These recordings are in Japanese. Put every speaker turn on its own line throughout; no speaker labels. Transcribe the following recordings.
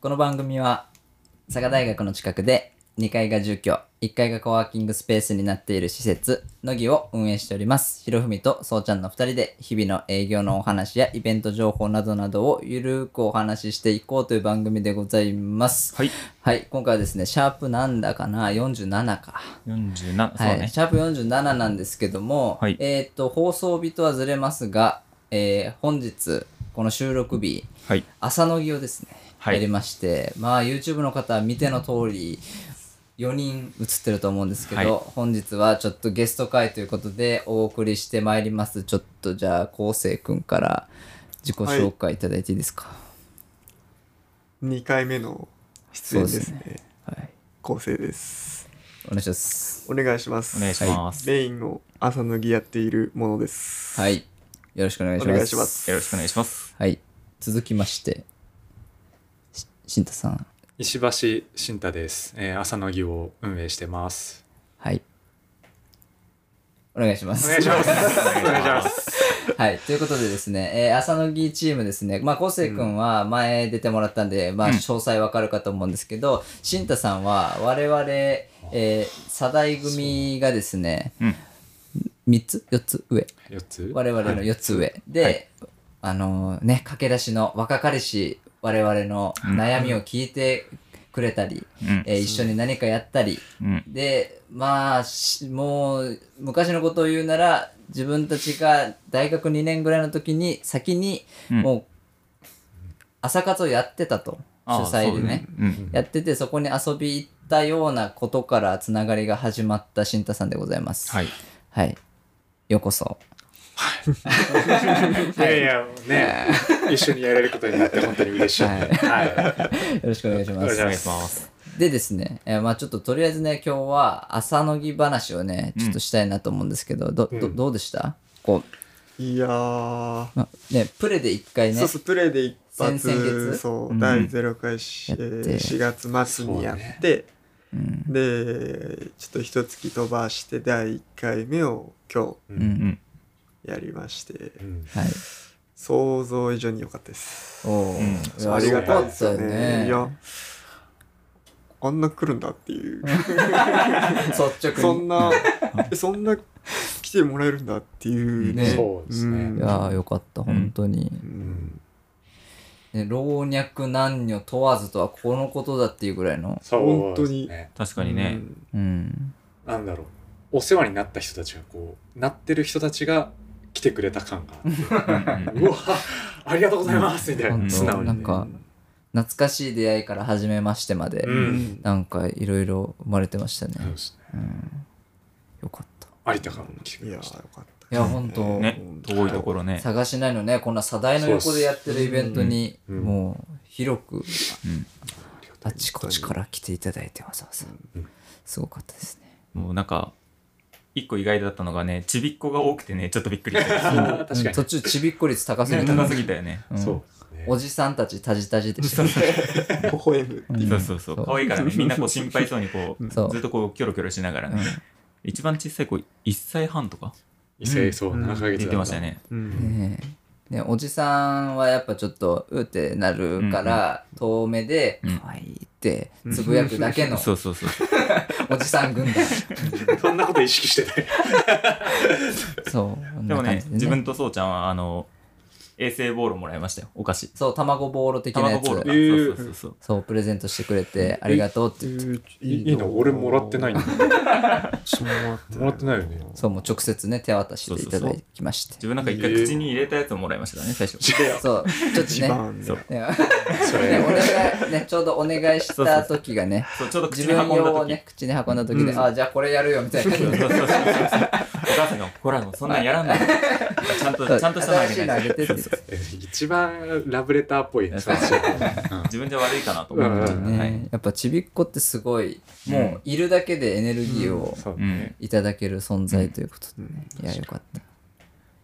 この番組は佐賀大学の近くで2階が住居1階がコワーキングスペースになっている施設のぎを運営しておりますひろふみとそうちゃんの2人で日々の営業のお話やイベント情報などなどをゆるくお話ししていこうという番組でございます
はい
はい今回はですねシャープなんだかな47か
47そう
は
だ
い、
ね
シャープ47なんですけども、
はい
えーっと放送日とはずれますが、えー本日この収録日
はい
朝の儀をですね、
はい
やりましてまあ YouTube の方は見ての通り4人映ってると思うんですけど、
はい
本日はちょっとゲスト会ということでお送りしてまいりますちょっとじゃあ昴生君から自己紹介いただいていいですか、
2回目の出演ですね
はい
構成です
お願いします
お願いします
お願いします、
メインを朝脱ぎやっているものです
はいよろしくお願いします
お願いします
よろしくお願いします
はい続きましてし慎太さん
石橋慎太です、えー、朝の儀を運営してます
はい。お願いします。
お願いしますお願いします
はい。ということでですね、えー朝の儀チームですね、まあ、昴生君は前出てもらったんで、まあ、
うん
詳細わかるかと思うんですけど、慎太さんは我々、えー、サダイ組がですね、
うん
3つ ?4 つ上。
4つ
我々の4つ上。で、あのね、駆け出しの若彼氏、我々の悩みを聞いてくれたり、
うん
えー一緒に何かやったり、
うん
でまあしもう昔のことを言うなら自分たちが大学2年ぐらいの時に先に
うん
もう朝活をやってたと、
ああ
主催
そ
で
う
ね
うん
やっててそこに遊び行ったようなことからつながりが始まった慎太さんでございます。
はい
はい、ようこそ
いやいやね一緒にやれることになって本当に嬉しい
は
はいい、
よろしくお願いし
お
ま
願
す
いし
お
ま
願い
す
します
でですね、えーまあちょっととりあえずね今日は朝のぎ話をねちょっとしたいなと思うんですけど、どど
うん
どうでしたこ
いやー、
う、まあね、プレで一回ね
そうそうプレイで一発
先々月
そう、
うん
第0回し、
やって
えー4月末にやって、
うん
でちょっと一月飛ばして第1回目を今
う
うんん
うん
日やりまして
うん
はい。
想像以上に良かったです
おお、
うん
いや
ありがたい
よか
で
っ
す
たよ
よね
ね。
いやあんな来るんだっていう
率
そ
直に。
んなえそんな来てもらえるんだっていうね
ね
そうですね
いやーよかった、本当に。
うん
ね、老若男女問わずとはこのことだっていうぐらいの。
そう
本当に
ですね
確かにね
うん。
なんだろうお世話になった人たちがこうなってる人たちが来てくれた感があって
うんうん
うわありがとうございますみたい
本
な
当
素直に、ね、
なんか懐かしい出会いから始めましてまで、
うん
なんかいろいろ生まれてましたね
そう。ですね
うん。よかった。
有田からも来てく
い
れ
や
まし
ー
た
よかった
いや本当
ね遠いところね
探しないのね、こんなサダイの横でやってるイベントに、
そうっすうん
もう広く
うん
ありがと
あちこちから来ていただいてわざわざ
うん。
すごかったですね。
もうなんか一個意外だったのがねちびっ子が多くてねちょっとびっくりした
うあー確か
うん
に、
途中ちびっこ率高すぎた。
高すぎたよね
うん
そうですね
おじさんたちタジタジでしたね。
微笑むっていう
そうそうそう可愛いからねみんなこう心配そうにこう
そう
ずっとこうキョロキョロしながらね一番小さい子1歳半とか
伊勢そう
うん
7ヶ月
出てましたよね
うん
ねえねおじさんはやっぱちょっとうってなるから、遠目で
うん
「可愛いってつぶやくだけの
そうそうそう
おじさん軍団
そんなこと意識してない
そうこん
で
な
も
感
ね
じ
自分とそうちゃんはあの衛星ボールもらいましたよお菓子
そう卵ボーロ的なやつ
卵ボールか、
えー
そうそうそうそう
そうプレゼントしてくれてありがとうって言って
いいいな俺もらってないんだ
一緒にもらって
もらってないよね
そうもう直接ね手渡しでいただきまして
自分なんか一回口に入れたやつをもらいましたからね最 初
そうちょっと
一
ね
番
そう
ね
そ
ね
れ
お願いねちょうどお願いした時がね
そうちょうど口
自
に運
分
んだ時
用をね口に運んだ時で「
うん
あじゃあこれやるよ」みたいな
そうそうそうそうお母さんが「ほらもうそんなんやらんない」ちゃん
そう
とちゃんとしたのあ
新し
げ
いの
な
あ
い
げてって
一番ラブレターっぽいね
そう自分じゃ悪いかなと思っ
うん
て
ね、
はい
やっぱちびっこってすごい、
うん
もういるだけでエネルギーを
そう
う
ね
ん
いただける存在ということでね、いやよかった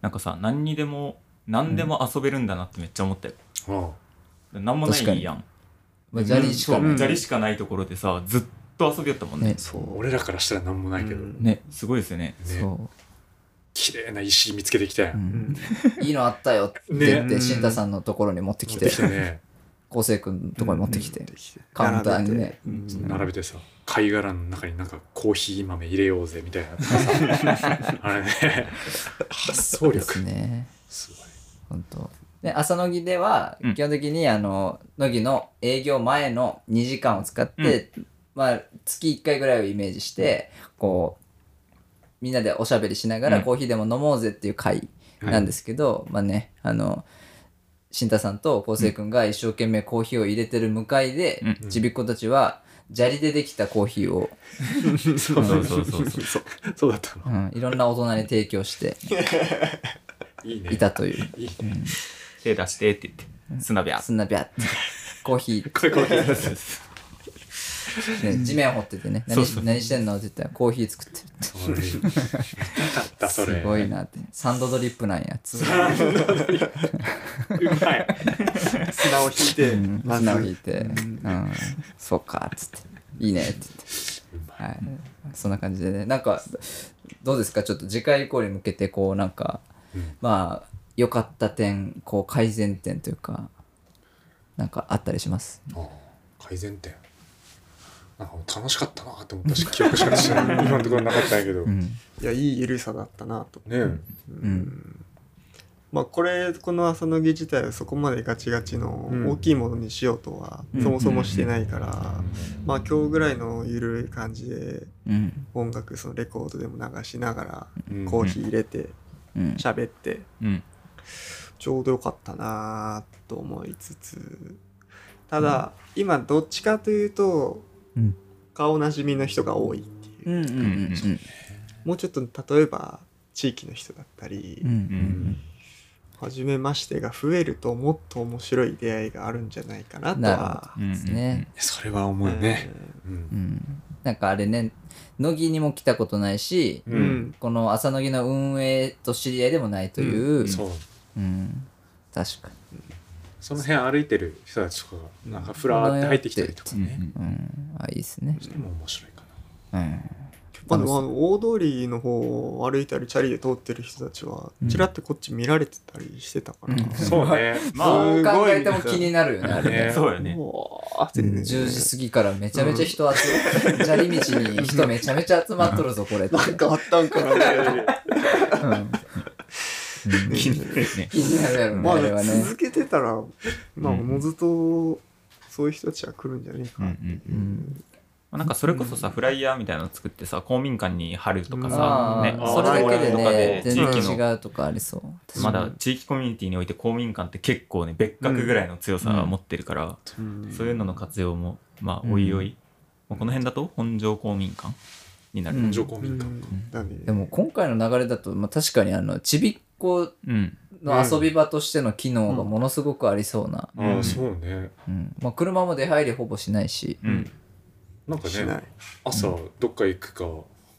なんかさ何にでも何でも遊べるんだなってめっちゃ思ったよ
うん
何もないやん
まあ砂利しか
そう
ない、
ん
砂利しかないところでさずっと遊びよったもんね
ね
そう
俺らからしたら何もないけど
うん
ねすごいですよね
ね
そ
綺麗な石見つけてきたや
う、うんん
ん
いいのあったよって言って、
ね
慎太さんのところに持ってき
持っててきたね
昴生君のとこに持ってきて、
持ってきて
カウンターにね
並べてうん
並べてさ貝殻の中になんかコーヒー豆入れようぜみたいな あれね発想
で
力
すね
すごい
本当で朝乃木では
うん
基本的にあの乃木の営業前の2時間を使って、まあ、月1回ぐらいをイメージしてこうみんなでおしゃべりしなが
う
ら
ん
コーヒーでも飲もうぜっていう会なんですけど、まあねあの新太さんと昴生君が一生懸命コーヒーを入れてる向かいで、
うん
ちびっ子たちは砂利でできたコーヒーを、
そうう
そ
そうう
そ
そうう
そ
そううそうそうだったの
うん、いろんな大人に提供して
いいね
いたという。
いいね
手出してって言って、砂部屋。
すんなびゃってコーヒー
これこれ
ね、地面掘っててね「何し何してんの?」って言ったら「コーヒー作ってる」って
それ 見たかったそれ
すごいなってサンドドリップなんや つ
うまい
砂を引いて、
うん
まず
砂を引いて「う
うん
んそうか」っつって「いいね」って言って、はい、そんな感じでねなんかどうですかちょっと次回以降に向けてこうなんか、
うん
まあ良かった点こう改善点というかなんかあったりします
ああ改善点なんか楽しかったなって思ったし記憶しかしない今のところなかったんやけど、
う
ね
ん
いやいい緩さだったなと、
え
ん
まあこれこの朝の木自体はそこまでガチガチの
うん
大きいものにしようとは、
うん
そもそもしてないから、まあ今日ぐらいの緩い感じで
うん
音楽そのレコードでも流しながら
うん
コーヒー入れて
うん
喋って
うん。
ちょうどよかったなと思いつつただ、今どっちかというと、
うん
顔なじみの人が多いっていう、
うんうんうんうん
もうちょっと例えば地域の人だったり、
うんうん
うん。
初めましてが増えるともっと面白い出会いがあるんじゃないかなと
なる
は
ほどですね。
それは思うね、うん
うん、なんかあれね乃木にも来たことないし、
うん、
この朝乃木の運営と知り合いでもないという、うん
そう
確かに、
その辺歩いてる人たちとかがなんかふらーって入ってきたりとか
うん
ね、
うん、あいいですね、
それも面白いかな
うん、
まあでもあの大通りの方を歩いたりチャリで通ってる人たちは
うん
ちらっとこっち見られてたりしてたから、
うん
そうね
まあ
どう考えても気になるよねあれ ね
ね
そうよね。
もうあってね
10時過ぎからめちゃめちゃ人集ま って、砂利道に人めちゃめちゃ集まっとるぞこれって、
なんかあったんかなみたいな
うんうん
気になるね。
気になるやろね、
ま
あれは
あ
ね
続けてたらまあ
うん
おのずとそういう人たちは来るんじゃねえか
うんう
な、
ん
う。ん
まあなんかそれこそさ、フライヤーみたいなの作ってさ、公民館に貼るとかさ、
あ
ね、
あそれだけで
とか
ね
で地
全
域
然
の
違うとかありそう確か
まだ地域コミュニティにおいて公民館って結構ね別格ぐらいの強さを持ってるから、
うん
そういうのの活用もま
う
あ
ん
おいおい、まあこの辺だと本庄公民館になる
うん
上皇
う
民館、
んだね
にでも今回の流れだと、まあ、確かにあのちびっこ
うん
の遊び場としての機能がものすごくありそうな、
うん
ああそうね
うんまあ、車も出入りほぼしないし、
うん
なんか
しな
ね
い
朝どっか行くか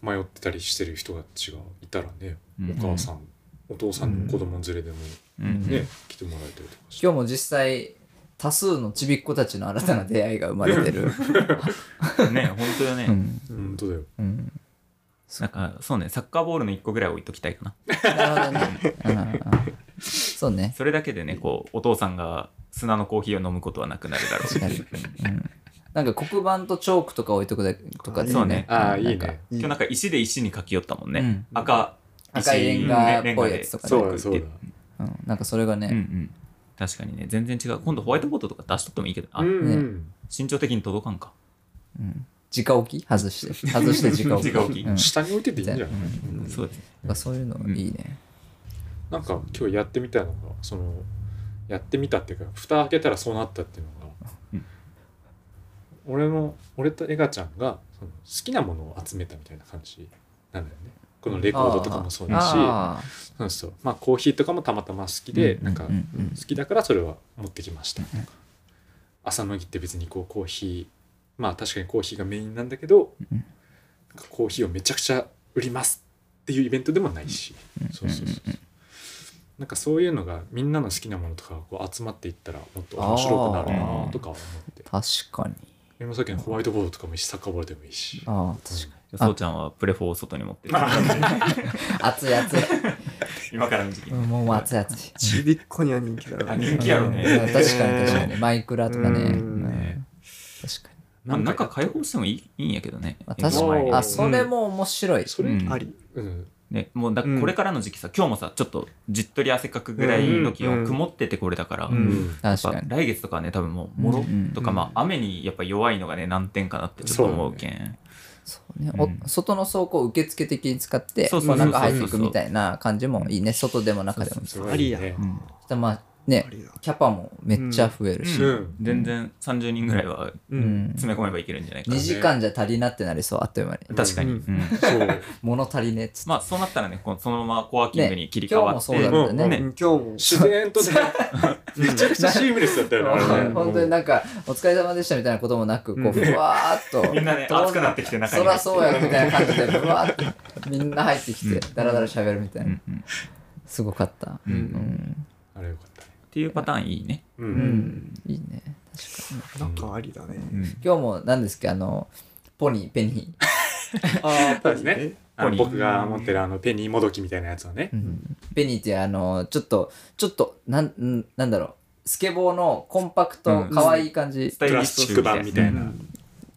迷ってたりしてる人たちがいたらね、
うん
お母さんお父さんの子供連れでも
う
ね、
ん
来てもらえたりとかして
今日も実際多数のちびっ子たちの新たな出会いが生まれてる、
ね本当よね、
うん
本当だよ
うん、
なんかそうねサッカーボールの1個ぐらい置いときたいかな
なるほどね、うんうんそうね
それだけでねこうお父さんが砂のコーヒーを飲むことはなくなるだろう
確かに、うん、なんか黒板とチョークとか置いとくだとかで
そ
も
うね
ね
ああ
う
い
ん
い
なんか
ね
今日なんか石で石に書き寄ったもんね、
うん
赤
赤いレンガっぽいやつとかね
そうだそうだ
うん、なんかそれが
うんう
ね、
ん確かにね全然違う今度ホワイトボードとか出しとってもいいけどな、
うんう
ね
ん
身長的に届かんか
うん、直置き外して外して直置き
直置き
うん
下に置いてていいんじゃない、
うん
そうですね
なんかそういうのいいね、
なんか今日やってみたのがそのやってみたっていうか蓋開けたらそうなったっていうのが、
うん
俺の俺とエガちゃんがその好きなものを集めたみたいな感じなんだよねこのレコードとかもそうだし
あー
そうそうまあコーヒーとかもたまたま好きで、なんか
うんうん
好きだからそれは持ってきました、朝の木って別にこうコーヒーまあ確かにコーヒーがメインなんだけど、
うん
なんかコーヒーをめちゃくちゃ売りますっていうイベントでもないし、そうそうそうそうなんかそういうのがみんなの好きなものとかがこう集まっていったらもっと面白くなるなとか思って
確かに
今さっきのホワイトボードとかもいいしサッカーボールでもいいし
ああ確かに
そうちゃんはプレフォーを外に持ってる。
熱い熱い。
今からの時期。
うんもう熱い熱い。
ちびっこには人気だろ
あ
うね
人気やろ
うん
ね。
確かに確かに。マイクラとかね。
う
うんん確かに。
まあ
なんか
中開放してもいいいいんやけどね。
まあ確か
前
に。
おー
あ、それも面白い。
それ、
うん
あり
うん、
ね、もうだ
うん
これからの時期さ、今日もさ、ちょっとじっとり汗かくぐらいの気
うんう
温、
ん
曇っててこれだから、
う
やっ
ん
確
ぱ
かに。
来月とかはね、多分もう、もろ
うん
とか、まあ、雨にやっぱ弱いのがね、難点かなってちょっと思うけん。
そうね、
うん
お外の走行を受付的に使って
そうそ
ま
う
あ
そうそう
中入っていくみたいな感じもいいね外でも中でもそ
すごいね
ありや
うん
したらまあ
あ
ね
りだ
キャパもめっちゃ増えるし、
う
うん
ん
全然30人ぐらいは
う
詰め込めばいけるんじゃないか
2
な。
時間じゃ足りなってなりそうあっという間に
ん
確かに。
う
うん
そう
物足りねえっつ って、
まあ、そうなったらね、このそのままコワーキングに切り替
今日
わ
も
っ
そう
て
だ、ったね
ね
うん今日も
自然とねめちゃくちゃシームレスだったよねあ れね
本当になんか、お疲れ様でしたみたいなこともなく、こう、ふわーっと。
みんなね
どう
熱くなってきて中に
そらそうや、みたいな感じで、ふわーって、みんな入ってきて、だらだら喋るみたいな。
うん
すごかった。う
う
んん。
あれよかったね
っていうパターンいいね。
う
うんん。いいね。確かに。
なんかありだね
うん
今日も、何ですか、あの、ポニー、ペニー。
あ
そうですねあの
ポニー
僕が持ってるあのペニーもどきみたいなやつをね
うんペニーっていう、あの、ちょっと、ちょっと、なん、んなんだろう。スケボーのコンパクト、可愛い感じ。
スタイリッシュ
プラスチック版みたいな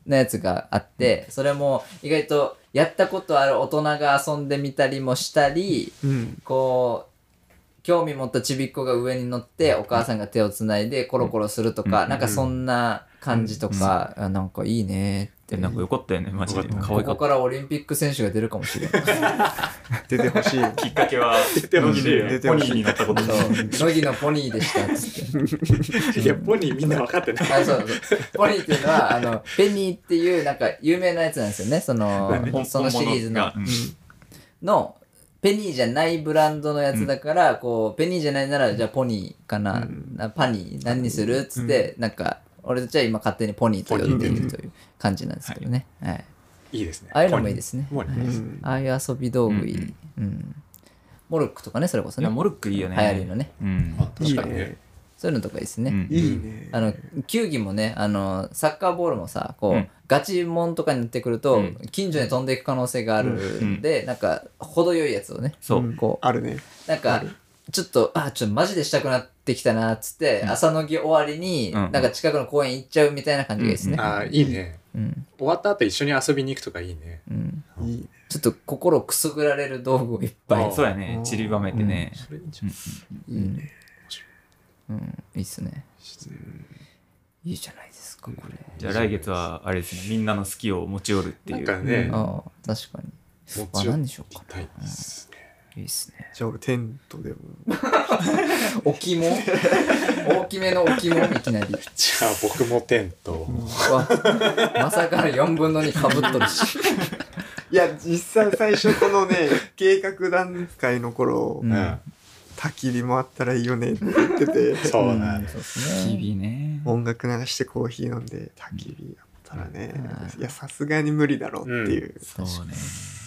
なやつがあって、それも意外とやったことある大人が遊んでみたりもしたり、
うん
こう、興味持ったちびっ子が上に乗って、お母さんが手をつないでコロコロするとか、
うん
なんかそんな感じとか、あなんかいいねって。
でなんかよかったよね、マジで。
よかった
可
こ
愛か
こ
った。
からオリンピック選手が出るかもしれない。
出てほしい
きっかけは、出
てほしいよ
出て
ポ
ほ
ニ
しい
ーになったこと
そ
で。
う、乃木のポニーでしたっつ って。
いやポニーみんな分かってない
あそうそうポニーっていうのは、あの、ペニーっていうなんか有名なやつなんですよね、その、そのシリーズの。
本物が
のペニーじゃないブランドのやつだから、こうペニーじゃないならじゃあポニーかな、
うん
なパニー何にするっつって、なんか俺たちは今勝手にポニーと呼んでいるという感じなんですけどね、はい
いいですね
ああいうのもいいですね
ポニー
はい
もいいです
うん
ああいう遊び道具いい、うんモルックとかねそれこそ
うんい
ね
や、モルックいいよね。
流行りのね
うん。
あ確
いい
かにね
ね
そういうのとかいいです
う
ね、
ん
いいね
あの球技もねあのサッカーボールもさこう、
うん
ガチモンとかになってくると、
うん
近所に飛んでいく可能性があるんで、なんか程よいやつをね
そう。
うん
こう
あるね
なんか、ちょっと、あ、ちょっとマジでしたくなってきたな、っつって、朝の儀終わりに、
うん
なんか近くの公園行っちゃうみたいな感じがいいですね。
ああいいね
うん。
終わった後一緒に遊びに行くとかいいね
うん。
いいね
ちょっと心くすぐられる道具をいっぱい。
そうやね
う。ん
散りばめてね。
それいいじゃん
いいね。うん。いいっすね。いいじゃないですか、これ。
じゃあ来月は、あれですね、みんなの好きを持ち寄るって
ないん
う。
かね
ああ、確かに。
持
あ、
ち寄
何
っ
でしょうか
たいです
い
ね
いっすね。
じゃあ俺テントでも
置物 大きめの置物いきなり。
じゃあ僕もテント
うわまさかの4分の2かぶっとるし。
いや実際最初このね計画段階の頃
うん
うん
焚き火もあったらいいよねって言ってて
そうだ
ん
ね
そうですね。
日々ね。
音楽流してコーヒー飲んで焚き火やったらね、いやさすがに無理だろうっていう、
そうね。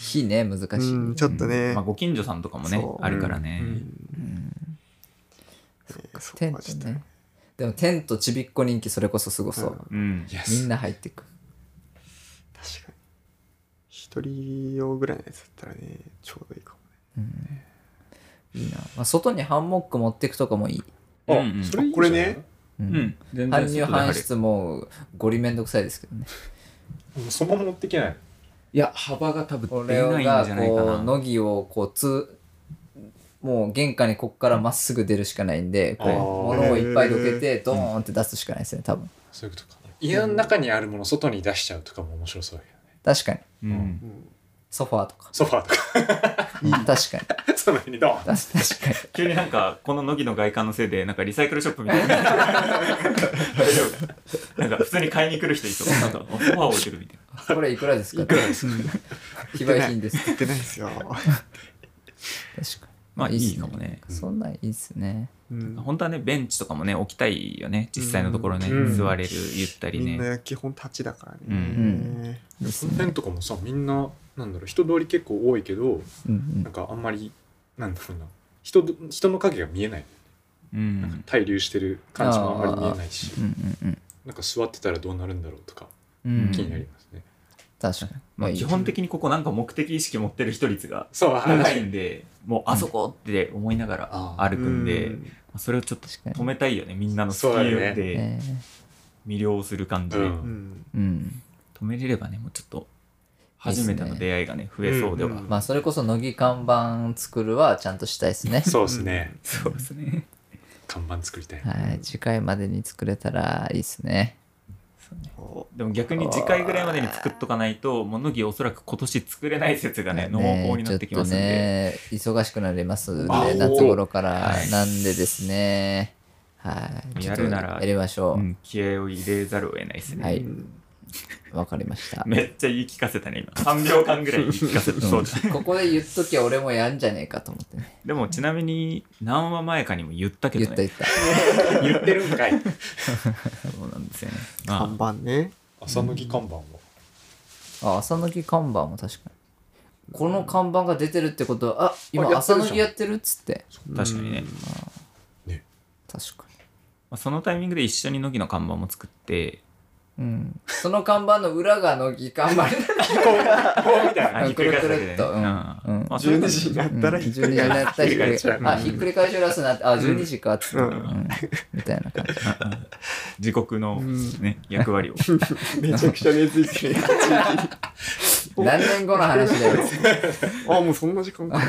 火ね、難し
うん
い。
ちょっとね、
まあ、ご近所さんとかもね
そ、う
あるからね
う。ん
そ
テ
こ
ン
はちょっ
ト
と
ねでもテントちびっこ人気それこそすごそう、
うん。
Yes
みんな入ってく
確かに一人用ぐらいのやつだったらねちょうどいいかもね
いいな、まあ、外にハンモック持ってくとかもいい、
あ
うんうん
それいいんじゃない
これね
う
うんん。全
搬
然
入
外で
搬
張れる
出もゴリめんどくさいですけどね
もうそのまま持っていけない
いや、幅が多分
俺
出ないんじ
が
ゃないか
こう
な。
乃木をこうつもう玄関にこっからまっすぐ出るしかないんでこう
あー
物をいっぱいどけてドーンって出すしかないですね多分
そういうことか家の中にあるもの外に出しちゃうとかも面白そうだけどね
確かに
うん。
ソファーとか
ソファーとか
確かに
その辺にドーン
た確かに
急になんか、この乃木の外観のせいで、なんかリサイクルショップみたい な。大丈夫なんか、普通に買いに来る人いそう。なんか、ソファー置いてるみたいな。
これいくらですか非売品です
言ってないですよ、
確かに
まあ、い
っす
いかもね。
そんなんいいっすね
うん
本当はね、ベンチとかもね、置きたいよね。実際のところね、
うん
座れる、ゆったり
みん
ね。
な基本立ちだからね、
うん
いいっすね
ペンとかもさみんななんだろう人通り結構多いけど
うんうん
なんかあんまりなんだろうな人ど人の影が見えない
うん。
滞留してる感じもあんまり見えないし
うんうんうん
なんか座ってたらどうなるんだろうとか
うん
気になりますね、
確かに。
まあ、基本的にここなんか目的意識持ってる人率が
そう
高
はい
いんで、もうあそこって思いながら
あ
歩くんで、まあそれをちょっと
確かに
止めたいよね。みんなのスキ
そうだよね
ルで
えー
魅了する感じ
う
で。
ん
うんうん
うん。
止めれればね、もうちょっと初めての出会いがね、増えそうでは。
うんうん
まあ、それこそ、乃木看板作るはちゃんとしたいです ね。
そうですね、
そうですね。
看板作りたい、
はい。次回までに作れたらいいですね。
お
でも逆に次回ぐらいまでに作っとかないと、もう乃木おそらく今年作れない説がね、濃厚になってきますんで。
ねちょっとね、忙しくなりますん
あ
で、夏頃から
は。い
なんでですね。はい。
やるなら
ちょっとやりましょ
うん、気合を入れざるを得ないですね。
はい
うん
う。わかりました。
めっちゃ言い聞かせたね、今。3秒間ぐらい言い聞かせた。そうじゃん
うん ここで言っときゃ俺もやんじゃねえかと思ってね。
でもちなみに、何話前かにも言ったけ
言っ
ど
た言
ね
っ。た。
言ってるんかい
そうなんですよね。
看
ま
板ね。
朝乃木看板を
あ、朝の木看板も確かに。この看板が出てるってことは、あ、今
あやって
朝
るじ
の
ゃん
木やってるっつって。
あ、確かにね。
確か
まあ、そのタイミングで一緒に乃木の看板も作って、
に。うん。その看板の裏が乃木看板になって
あひっくり返すだけで
くるくる
ね。
っとうん
うん
うん
まあそれ
12
が
時になっ
うん
たら
12時になった
ひっくり返っちゃう
あ、ひっくり返しらすなって、あ、12時かっつって。
う
うんんみたいな感じ。
自国のね、役割を。
めちゃくちゃ根付いてる。
何年後の話だよ。
あ、もうそんな時間か。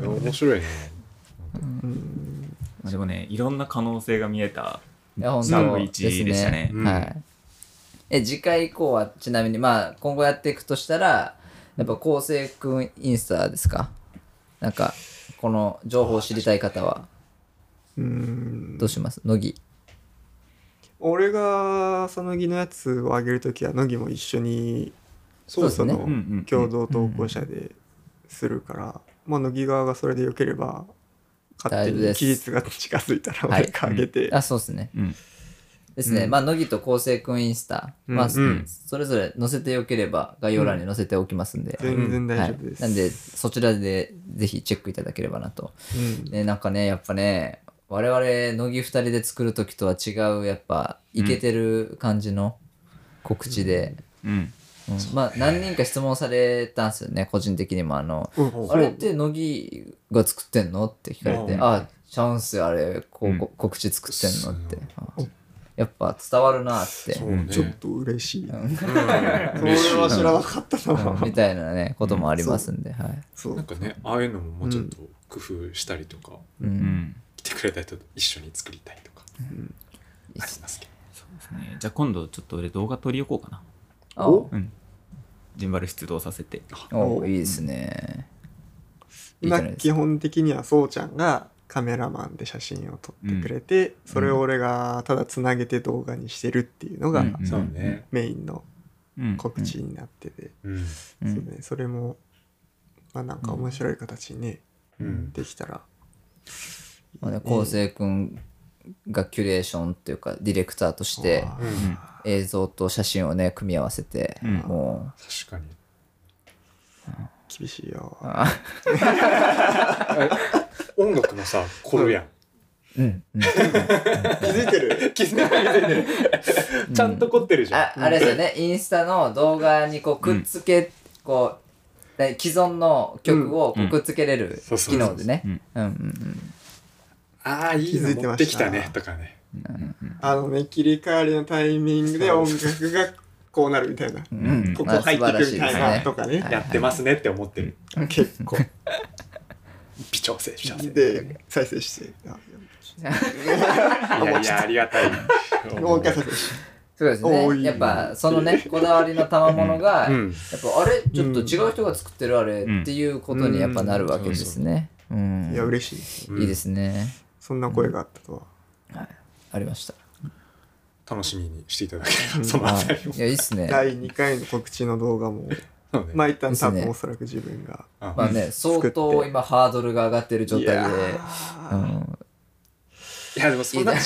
面白いね
でもね、いろんな可能性が見えた。
いや、本
サンド
当
イッチで
で
し
す
たね
ね。
うん
はい。え、次回以降はちなみに、まあ、今後やっていくとしたら、やっぱ、昴生くんインスタですかなんか、この情報を知りたい方は、
うん。
どうします乃木。
俺が佐野木のやつをあげるときは乃木も一緒に
そうですね
その
うんうん
共同投稿者でするから、まあ、乃木側がそれでよければ勝
大
手
丈夫
に
です
期日が近づいたら
はい
俺があげて、
あ、そうですね。
うん。
ですね。
うん
まあ、乃木と昴生くんインスタ、
うん
まあ、
うん
それぞれ載せてよければ、概要欄に載せておきますんで。
全然
は
大
い
丈夫で、す、
なんでそちらでぜひチェックいただければなと、
うん
ね、なんかねやっぱね我々乃木2人で作る時とは違うやっぱイケてる感じの告知で、
うん。
うんまあ何人か質問されたんですよね個人的にもあの「あれって乃木が作ってんの?」って聞かれて「
うん
あちゃうんすよあれこう、
うん
こ告知作ってんの?」って
そう
あやっぱ伝わるなって
そうね
ちょっと嬉しい、
ん
そ
うん
れ
嬉しい
は知らなかったな、
うんみたいなねこともありますんで、はい。
そう
なんかねああいうのももうちょっと工夫したりとか、
う
うんん。
来てくれた人と一緒に作りたいとかあ
いい
り
っす
ますけど
そうですね。じゃあ今度ちょっと俺動画撮りおこうかな。
あ
お
うん。ジンバル出動させて。
おいいですね。いいじゃ
今
ないです
基本的にはそうちゃんがカメラマンで写真を撮ってくれて、それを俺がただつなげて動画にしてるっていうのが
うん
そうね、
メインの
うん
告知。になってて、
うん
うん
そうね、それもまあなんか面白い形にね、
うん
できたら
まあね、昴生君がキュレーションっていうかディレクターとして
あ
う
ー
ん、
映像と写真をね組み合わせて、
うん
も
確かに
厳しいよ
うあ
音楽もさ凝るやん
うん、うん、
気づいてる
気づいてる気づ いてるちゃんと凝ってるじゃん
ああれですよねインスタの動画にこうくっつけ、こうね既存の曲をこうくっつけれる
うん
機能でね
うん
うんうんうん
ああいい
気づい
の
て
持っ
ました
てきたねとかね
あのね切り替わりのタイミングで音楽がこうなるみたいな
う
うん
ん
ここ
まあ
入ってくるみ
素
たい
晴
な
らし
とかね
はい
やってますねって思ってる
結構
微調整微調整
で再生してあ
いやいやありがたい
もう一回再生して
そうです
おーい
ね
い
やっぱそのねこだわりの賜物が、
うん
やっぱあれちょっと違う人が作ってるあれ、
うん
っていうことにやっぱなるわけですね。うん
いや嬉しいです
うん
いいですね。
そんな声があったとは
ありました。
楽しみにしていただければそのあたりも
いやいいっすね。
第2回の告知の動画も
そうね
まあ一旦多
です
分
ね
おそらく自分が
あ
まあね相
作っ
当
て
今ハードルが上がってる状
い
態で
や。
う
ー
ん、
いやでもそんない
いね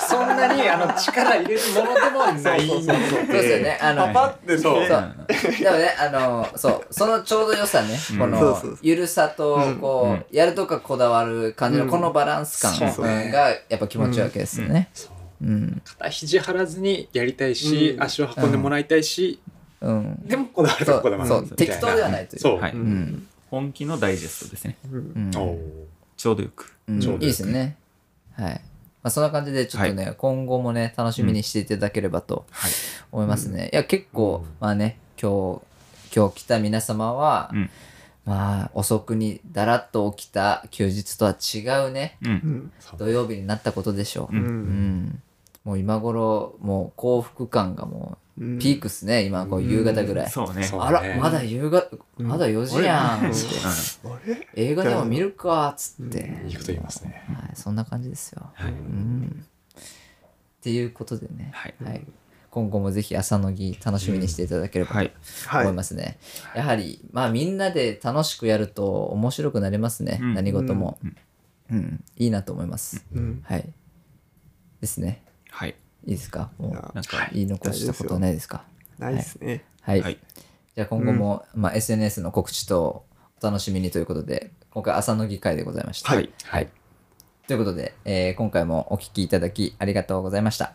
そんなにあの力入れるものでもない
そうそうそう
そうですよね。あの、
パパって
そう
ね
そう。でもね、あの、そう、そのちょうど良さね、こ
そう
の
そうそう
ゆるさと、
う
こ
ん
う、やるとかこだわる感じ
うん
のこのバランス感
そう
そう
うんがやっぱ気持ちいいわけですよね。
そう
うん。
肩肘張らずにやりたいし、
うん
足を運んでもらいたいし、
うん。
でもこだわると
そ
ここだわ
う、
る
そ
み
う
たい
適当ではないという。
そう、
はい
うん。
本気のダイジェストですね。
うん
うん。
お
ちょうどよく。
うん
ちょ
い
うどよ
い
く
ですね。はい。まあ、そんな感じで、ちょっとね、今後もね、楽しみにしていただければと
はい
思いますね。いや、結構、
うん
まあね、今日、今日来た皆様は、
うん
まあ、遅くにだらっと起きた休日とは違うね、
う。
うんん
土曜日になったことでしょう。
う
うん
うん。もう今頃、もう幸福感がも
うん
う、ピークっすね、今、こう、夕方ぐらい。
そうね。
そう
あら、
ね
まだ夕方、まだ4時やん、つって。
あれ
映画でも見るか、つって。
いいこと言いますね
はい、そんな感じですよ。
はい
うん。っていうことでね、
はい
今後もぜひ朝の儀楽しみにしていただければ
は
と
い。
は
思い
い
ますね。やはり、まあみんなで楽しくやると面白くなりますね、
うん
何事も、
う
うん
ん。
いいなと思います。
うん
はい。ですね。
はい。
いいですかも
いうや
なんか、
言い残したことはないですか
ないですね
はい。
はい
じゃあ今後も、まあ、SNS の告知とお楽しみにということで、今回朝の議会でございました。
はい。
はい。ということで、えー今回もお聞きいただきありがとうございました。